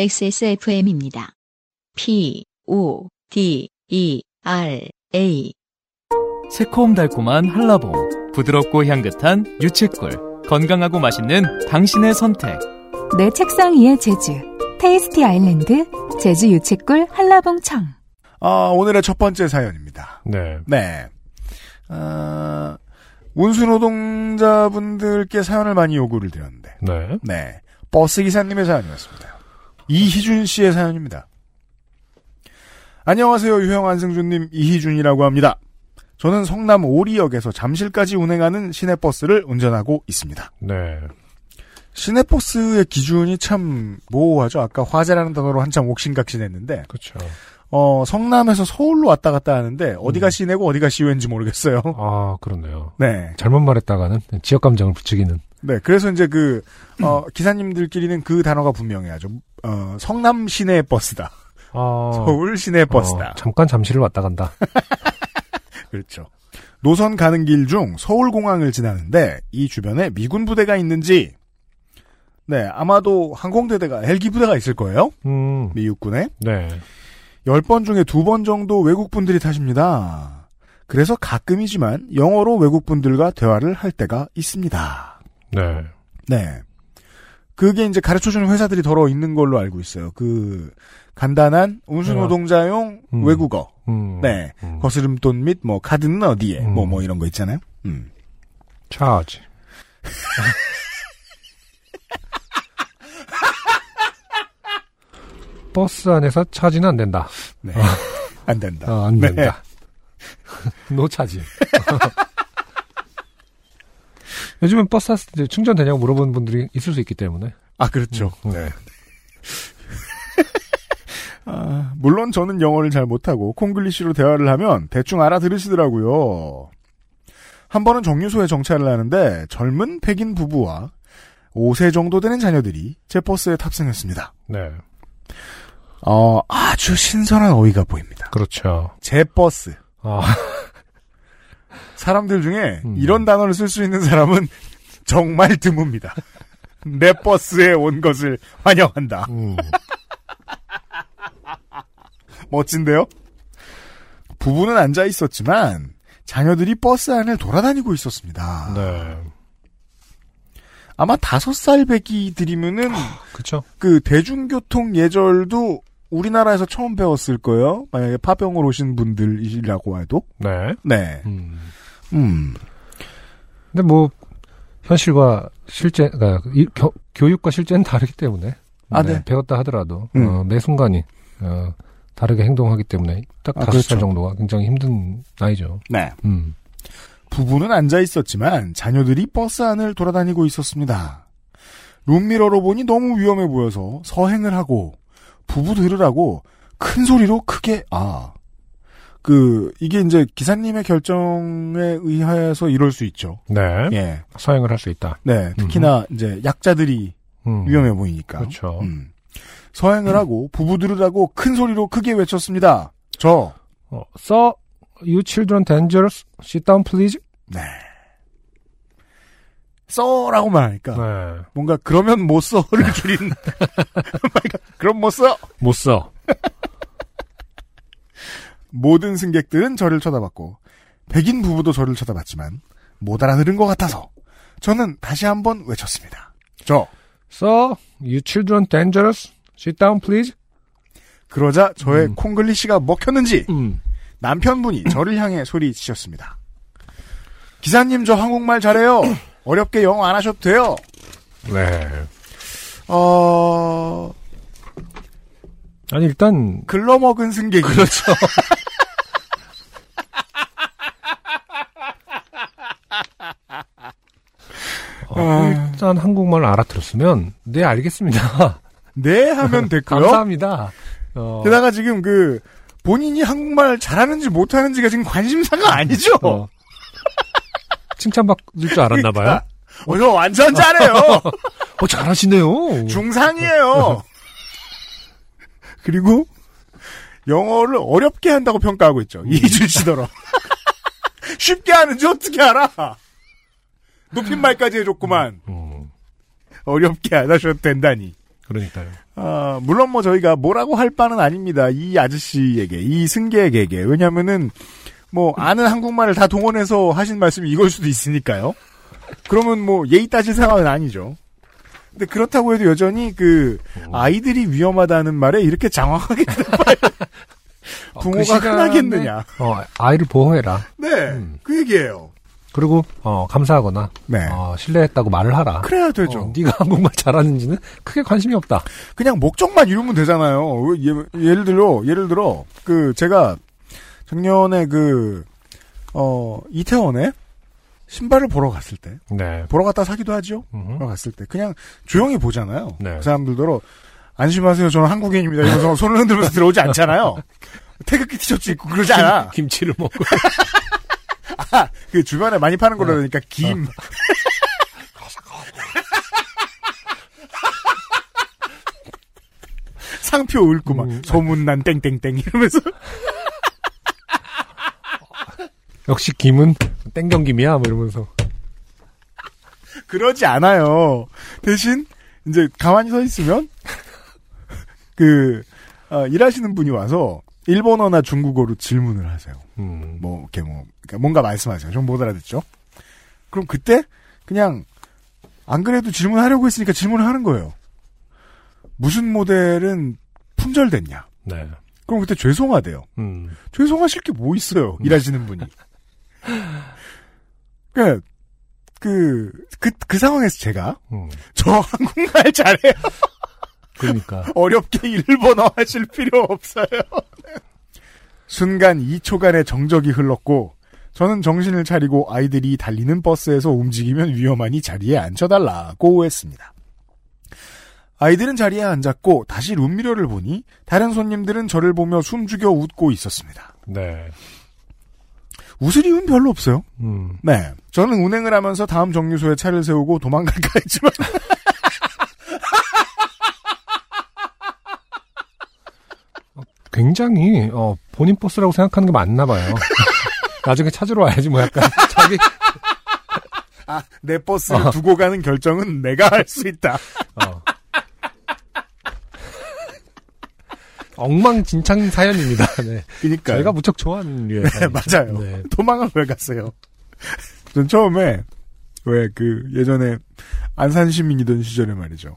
XSFM입니다. P, O, D, E, R, A. 새콤달콤한 한라봉, 부드럽고 향긋한 유채꿀, 건강하고 맛있는 당신의 선택. 내 책상 위의 제주 테이스티 아일랜드 제주 유채꿀 한라봉청 아, 오늘의 첫 번째 사연입니다. 네. 네. 아, 운수 노동자분들께 사연을 많이 요구를 드렸는데, 네. 네. 버스 기사님의 사연이었습니다. 이희준 씨의 사연입니다. 안녕하세요. 유형 안승준님 이희준이라고 합니다. 저는 성남 오리역에서 잠실까지 운행하는 시내버스를 운전하고 있습니다. 네. 시내버스의 기준이 참 모호하죠. 아까 화재라는 단어로 한참 옥신각신했는데 그렇죠. 어, 성남에서 서울로 왔다 갔다 하는데 어디가 시내고 어디가 시외인지 모르겠어요. 아, 그렇네요. 네. 잘못 말했다가는 지역 감정을 부추기는. 네. 그래서 이제 그, 어, 기사님들끼리는 그 단어가 분명해야죠. 어, 성남 시내 버스다. 아, 서울 시내 버스다. 어, 잠깐 잠실을 왔다 간다. 그렇죠. 노선 가는 길 중 서울공항을 지나는데 이 주변에 미군 부대가 있는지 네, 아마도 항공대대가 헬기 부대가 있을 거예요. 음. 미육군에. 네. 10번 중에 2번 정도 외국분들이 타십니다. 그래서 가끔이지만 영어로 외국분들과 대화를 할 때가 있습니다. 네. 네. 그게 이제 가르쳐주는 회사들이 더러 있는 걸로 알고 있어요. 그, 간단한 운수노동자용 음. 외국어. 음. 네. 음. 거스름돈 및 뭐, 카드는 어디에. 음. 뭐, 뭐 이런 거 있잖아요. 음. 차지. 버스 안에서 차지는 안 된다. 네. 안 된다. 네. 아, 안 된다. 노 차지. 요즘은 버스 탔을 때 충전되냐고 물어보는 분들이 있을 수 있기 때문에. 아, 그렇죠. 네. 아, 물론 저는 영어를 잘 못하고, 콩글리쉬로 대화를 하면 대충 알아들으시더라고요. 한 번은 정류소에 정차를 하는데, 젊은 백인 부부와 5세 정도 되는 자녀들이 제 버스에 탑승했습니다. 네. 어, 아주 신선한 어이가 보입니다. 그렇죠. 제 버스. 아, 사람들 중에 음. 이런 단어를 쓸 수 있는 사람은 정말 드뭅니다. 내 버스에 온 것을 환영한다. 음. 멋진데요? 부부는 앉아 있었지만 자녀들이 버스 안을 돌아다니고 있었습니다. 네. 아마 다섯 살 배기들이면은 그쵸. 그 대중교통 예절도 우리나라에서 처음 배웠을 거예요. 만약에 파병을 오신 분들이라고 해도. 네. 네. 음. 음. 근데 뭐, 현실과 실제, 그러니까 이- 겨- 교육과 실제는 다르기 때문에. 아, 네. 배웠다 하더라도, 음. 어, 매 순간이, 어, 다르게 행동하기 때문에 딱 아, 다섯 살 그렇죠. 정도가 굉장히 힘든 나이죠. 네. 음. 부부는 앉아 있었지만 자녀들이 버스 안을 돌아다니고 있었습니다. 룸미러로 보니 너무 위험해 보여서 서행을 하고 부부 들으라고 큰 소리로 크게 아. 그 이게 이제 기사님의 결정에 의해서 이럴 수 있죠. 네. 예. 서행을 할 수 있다. 네. 특히나 이제 약자들이 음. 위험해 보이니까. 그렇죠. 음. 서행을 하고 부부 들으라고 큰 소리로 크게 외쳤습니다. 저. 어, Sir, you children dangerous. Sit down, please. 네. 써라고만 하니까 네. 뭔가 그러면 못 써를 줄인 그럼 못 써. 못 써. 모든 승객들은 저를 쳐다봤고 백인 부부도 저를 쳐다봤지만 못 알아들은 것 같아서 저는 다시 한번 외쳤습니다. 저 Sir, you children dangerous. Sit down, please. 그러자 저의 콩글리시가 먹혔는지 음. 남편분이 저를 향해 소리치셨습니다. 기사님 저 한국말 잘해요. 어렵게 영어 안 하셔도 돼요. 네. 어 아니, 일단, 글러먹은 승객이 그렇죠. 어, 일단 한국말 알아들었으면, 네, 알겠습니다. 네 하면 됐고요. 감사합니다. 어, 게다가 지금 그 본인이 한국말 잘하는지 못하는지가 지금 관심사가 아니죠. 어. 칭찬받을 줄 알았나봐요. 어, 저 완전 잘해요. 어, 잘하시네요. 중상이에요. 그리고 영어를 어렵게 한다고 평가하고 있죠. 이준 씨더러. 음. 쉽게 하는지 어떻게 알아? 높임말까지 해줬구만. 음. 어렵게 안 하셔도 된다니. 그러니까요. 아, 물론 뭐 저희가 뭐라고 할 바는 아닙니다. 이 아저씨에게, 이 승객에게. 왜냐면은, 뭐, 아는 한국말을 다 동원해서 하신 말씀이 이걸 수도 있으니까요. 그러면 뭐, 예의 따질 상황은 아니죠. 근데 그렇다고 해도 여전히 그, 아이들이 위험하다는 말에 이렇게 장황하게 어, 그 부모가 시간에, 흔하겠느냐. 어, 아이를 보호해라. 네, 그 얘기예요. 음. 그리고 어, 감사하거나 네. 어, 신뢰했다고 말을 하라. 그래야 되죠. 어, 네가 한국말 잘하는지는 크게 관심이 없다. 그냥 목적만 이루면 되잖아요. 왜 예, 예를 들어, 예를 들어, 그, 제가 작년에 그, 어, 이태원에 신발을 보러 갔을 때, 네. 보러 갔다 사기도 하죠? 음. 보러 갔을 때. 그냥 조용히 보잖아요. 네. 그 사람들더러, 안심하세요. 저는 한국인입니다. 이러면서 손을 흔들면서 들어오지 않잖아요. 태극기 티셔츠 입고 그러지 않아. 김치를 먹고 그 주변에 많이 파는 거라 그러니까 김. 상표 읊고 막 음. 소문난 땡땡땡 이러면서 역시 김은 땡경김이야 뭐 이러면서 그러지 않아요. 대신 이제 가만히 서 있으면 그 어, 일하시는 분이 와서 일본어나 중국어로 질문을 하세요. 음. 뭐 이렇게 뭐 그러니까 뭔가 말씀하세요. 좀 못 알아듣죠. 그럼 그때 그냥 안 그래도 질문하려고 했으니까 질문을 하는 거예요. 무슨 모델은 품절됐냐? 네. 그럼 그때 죄송하대요. 음. 죄송하실 게 뭐 있어요? 일하시는 분이. 그러니까 그, 그, 그 상황에서 제가 음. 저 한국말 잘해요. 그러니까 어렵게 일본어 하실 필요 없어요. 순간 2초간의 정적이 흘렀고 저는 정신을 차리고 아이들이 달리는 버스에서 움직이면 위험하니 자리에 앉혀달라고 했습니다. 아이들은 자리에 앉았고 다시 룸미러를 보니 다른 손님들은 저를 보며 숨죽여 웃고 있었습니다. 네. 웃을 이유는 별로 없어요. 음. 네. 저는 운행을 하면서 다음 정류소에 차를 세우고 도망갈까 했지만 굉장히 어, 본인 버스라고 생각하는 게 맞나 봐요. 나중에 찾으러 와야지 뭐 약간 자기 아, 내 버스를 두고 가는 결정은 내가 할 수 있다. 어. 엉망진창 사연입니다. 네. 그러니까 저희가 무척 좋아하는 류의 네, 맞아요. 네. 도망을 왜 갔어요? 전 처음에 왜 그 예전에 안산 시민이던 시절에 말이죠.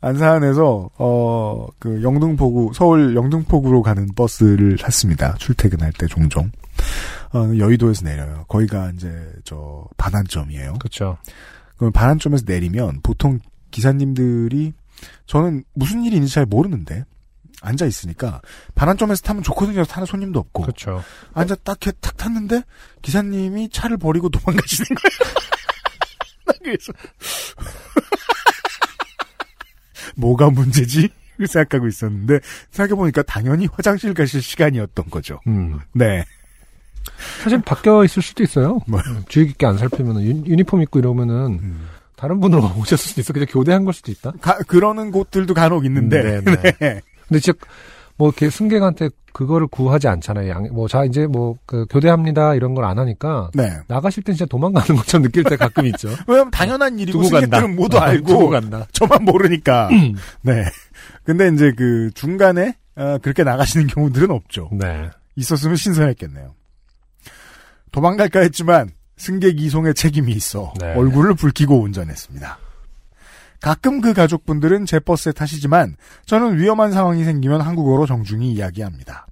안산에서 어 그 영등포구 서울 영등포구로 가는 버스를 탔습니다. 출퇴근할 때 종종 어, 여의도에서 내려요. 거기가 이제 저 반환점이에요. 그렇죠. 그럼 반환점에서 내리면 보통 기사님들이 저는 무슨 일이 있는지 잘 모르는데 앉아 있으니까 반환점에서 타면 좋거든요. 타는 손님도 없고 그렇죠. 앉아 딱 이렇게 탁 탔는데 기사님이 차를 버리고 도망가시는 거예요. 나 그래서 뭐가 문제지? 그 생각하고 있었는데 생각해보니까 당연히 화장실 가실 시간이었던 거죠. 음. 네. 사실 바뀌어 있을 수도 있어요. 음, 뭐요? 음. 주의 깊게 안 살피면 유, 유니폼 입고 이러면은 다른 분으로 오셨을 수도 있어. 그냥 교대한 걸 수도 있다. 가- 그러는 곳들도 간혹 있는데 음, 네, 네. 네. 근데 진짜 뭐 이렇게 승객한테 그거를 구하지 않잖아요. 양, 뭐 자 이제 뭐 그 교대합니다 이런 걸 안 하니까 네. 나가실 땐 진짜 도망가는 것처럼 느낄 때 가끔 있죠. 왜냐면 당연한 일이고 두고 간다. 아, 승객들은 모두 두고 알고 간다. 음. 저만 모르니까. 네. 근데 이제 그 중간에 어, 그렇게 나가시는 경우들은 없죠. 네. 있었으면 신선했겠네요. 도망갈까 했지만 승객 이송의 책임이 있어 네. 얼굴을 붉히고 운전했습니다. 가끔 그 가족분들은 제 버스에 타시지만 저는 위험한 상황이 생기면 한국어로 정중히 이야기합니다.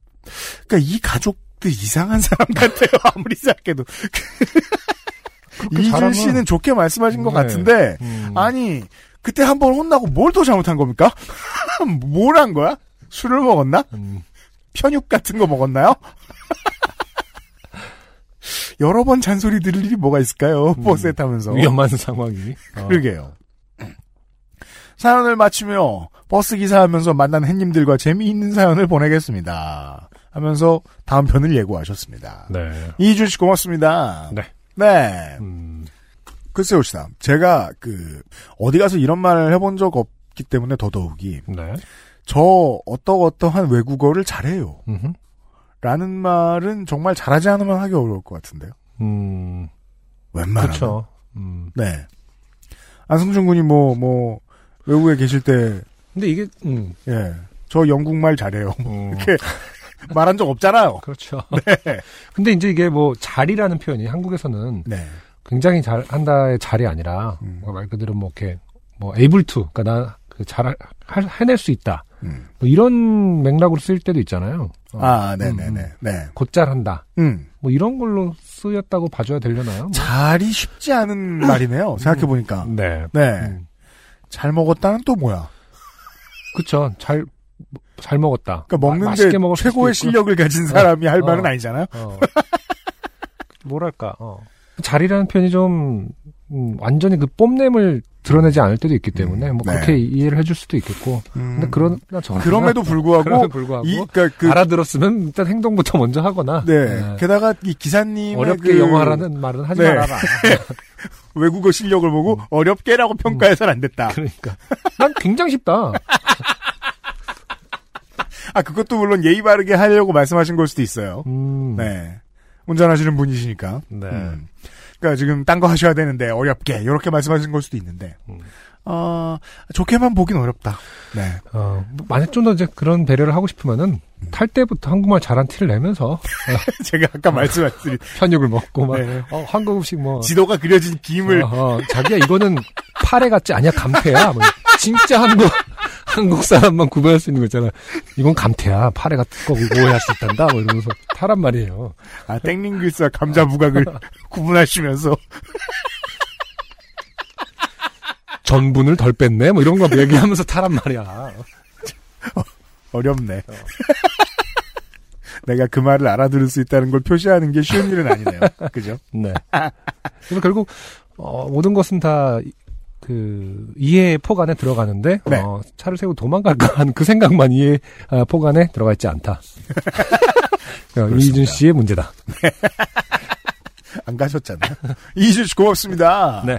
그러니까 이 가족들 이상한 사람 같아요. 아무리 생각해도 이준 잘하면- 씨는 좋게 말씀하신 것 네. 같은데 음. 아니 그때 한 번 혼나고 뭘 또 잘못한 겁니까? 뭘 한 거야? 술을 먹었나? 음. 편육 같은 거 먹었나요? 여러 번 잔소리 들을 일이 뭐가 있을까요? 버스에 타면서. 음. 위험한 상황이. 어. 그러게요. 사연을 마치며 버스 기사하면서 만난 햇님들과 재미있는 사연을 보내겠습니다. 하면서 다음 편을 예고하셨습니다. 네. 이준 씨 고맙습니다. 네. 네. 음. 글쎄요, 시다 제가 그 어디 가서 이런 말을 해본 적 없기 때문에 더더욱이 네. 저 어떠어떠한 외국어를 잘해요. 음흠. 라는 말은 정말 잘하지 않으면 하기 어려울 것 같은데요. 음. 웬만하면. 그렇죠. 음. 네. 안승준 군이 뭐, 뭐, 외국에 계실 때, 근데 이게 음 예. 저 영국말 잘해요. 어, 말한 적 없잖아요. 그렇죠. 근데 이제 이게 뭐 자리라는 표현이 한국에서는 네. 굉장히 잘한다의 자리 아니라 음. 뭐말 그대로 뭐 이렇게 뭐 able to 그러니까 나잘 해낼 수 있다 음. 뭐 이런 맥락으로 쓸 때도 있잖아요. 어, 아, 네네네. 네. 곧잘 한다 음. 뭐 이런 걸로 쓰였다고 봐줘야 되려나요? 뭐. 잘이 쉽지 않은 말이네요. 생각해보니까. 네. 네. 음. 잘 먹었다는 또 뭐야? 그쵸. 잘, 잘 먹었다. 그러니까 마- 먹는데 맛있게 먹을 수도 최고의 있고. 실력을 가진 사람이 할 어. 말은 아니잖아요. 어. 뭐랄까, 어. 자리라는 표현이 좀, 음, 완전히 그 뽐냄을 드러내지 않을 때도 있기 때문에, 뭐, 네. 음. 그렇게 이해를 해줄 수도 있겠고. 근데 그런, 저 그럼에도 불구하고, 그럼에도 불구하고. 이, 그러니까 그, 알아들었으면 일단 행동부터 먼저 하거나. 네. 네. 게다가 이 기사님의 어렵게 그 영어하라는 말은 하지 네. 말아라. 외국어 실력을 보고 음. 어렵게라고 평가해서는 안 됐다. 그러니까. 난 굉장히 쉽다. 아 그것도 물론 예의 바르게 하려고 말씀하신 걸 수도 있어요. 음. 네. 운전하시는 분이시니까. 네. 음. 그러니까 지금 딴 거 하셔야 되는데 어렵게 이렇게 말씀하신 걸 수도 있는데. 음. 어, 좋게만 보긴 어렵다. 네. 어, 뭐 만약 좀 더 이제 그런 배려를 하고 싶으면은, 음. 탈 때부터 한국말 잘한 티를 내면서, 제가 아까 말씀하신 편육을 먹고 막 네. 어, 한국 음식 뭐 지도가 그려진 김을 어, 어, 자기야 이거는 파래 같지 아니야 감태야 뭐, 진짜 한국 한국 사람만 구별할 수 있는 거 있잖아 이건 감태야 파래 같은 거 오해할 수 있단다 뭐 이러면서 타란 말이에요 아, 땡링글스와 감자 부각을 구분하시면서 전분을 덜 뺐네 뭐 이런 거 얘기하면서 타란 말이야 어렵네. 내가 그 말을 알아들을 수 있다는 걸 표시하는 게 쉬운 일은 아니네요. 그죠? 네 그래서 결국 어, 모든 것은 다 그 이해의 폭 안에 들어가는데 네. 어, 차를 세우고 도망갈까 하는 그 생각만 이해 아, 폭 안에 들어가 있지 않다 어, 이준 씨의 문제다 안 가셨잖아요. 이준 씨 고맙습니다. 네.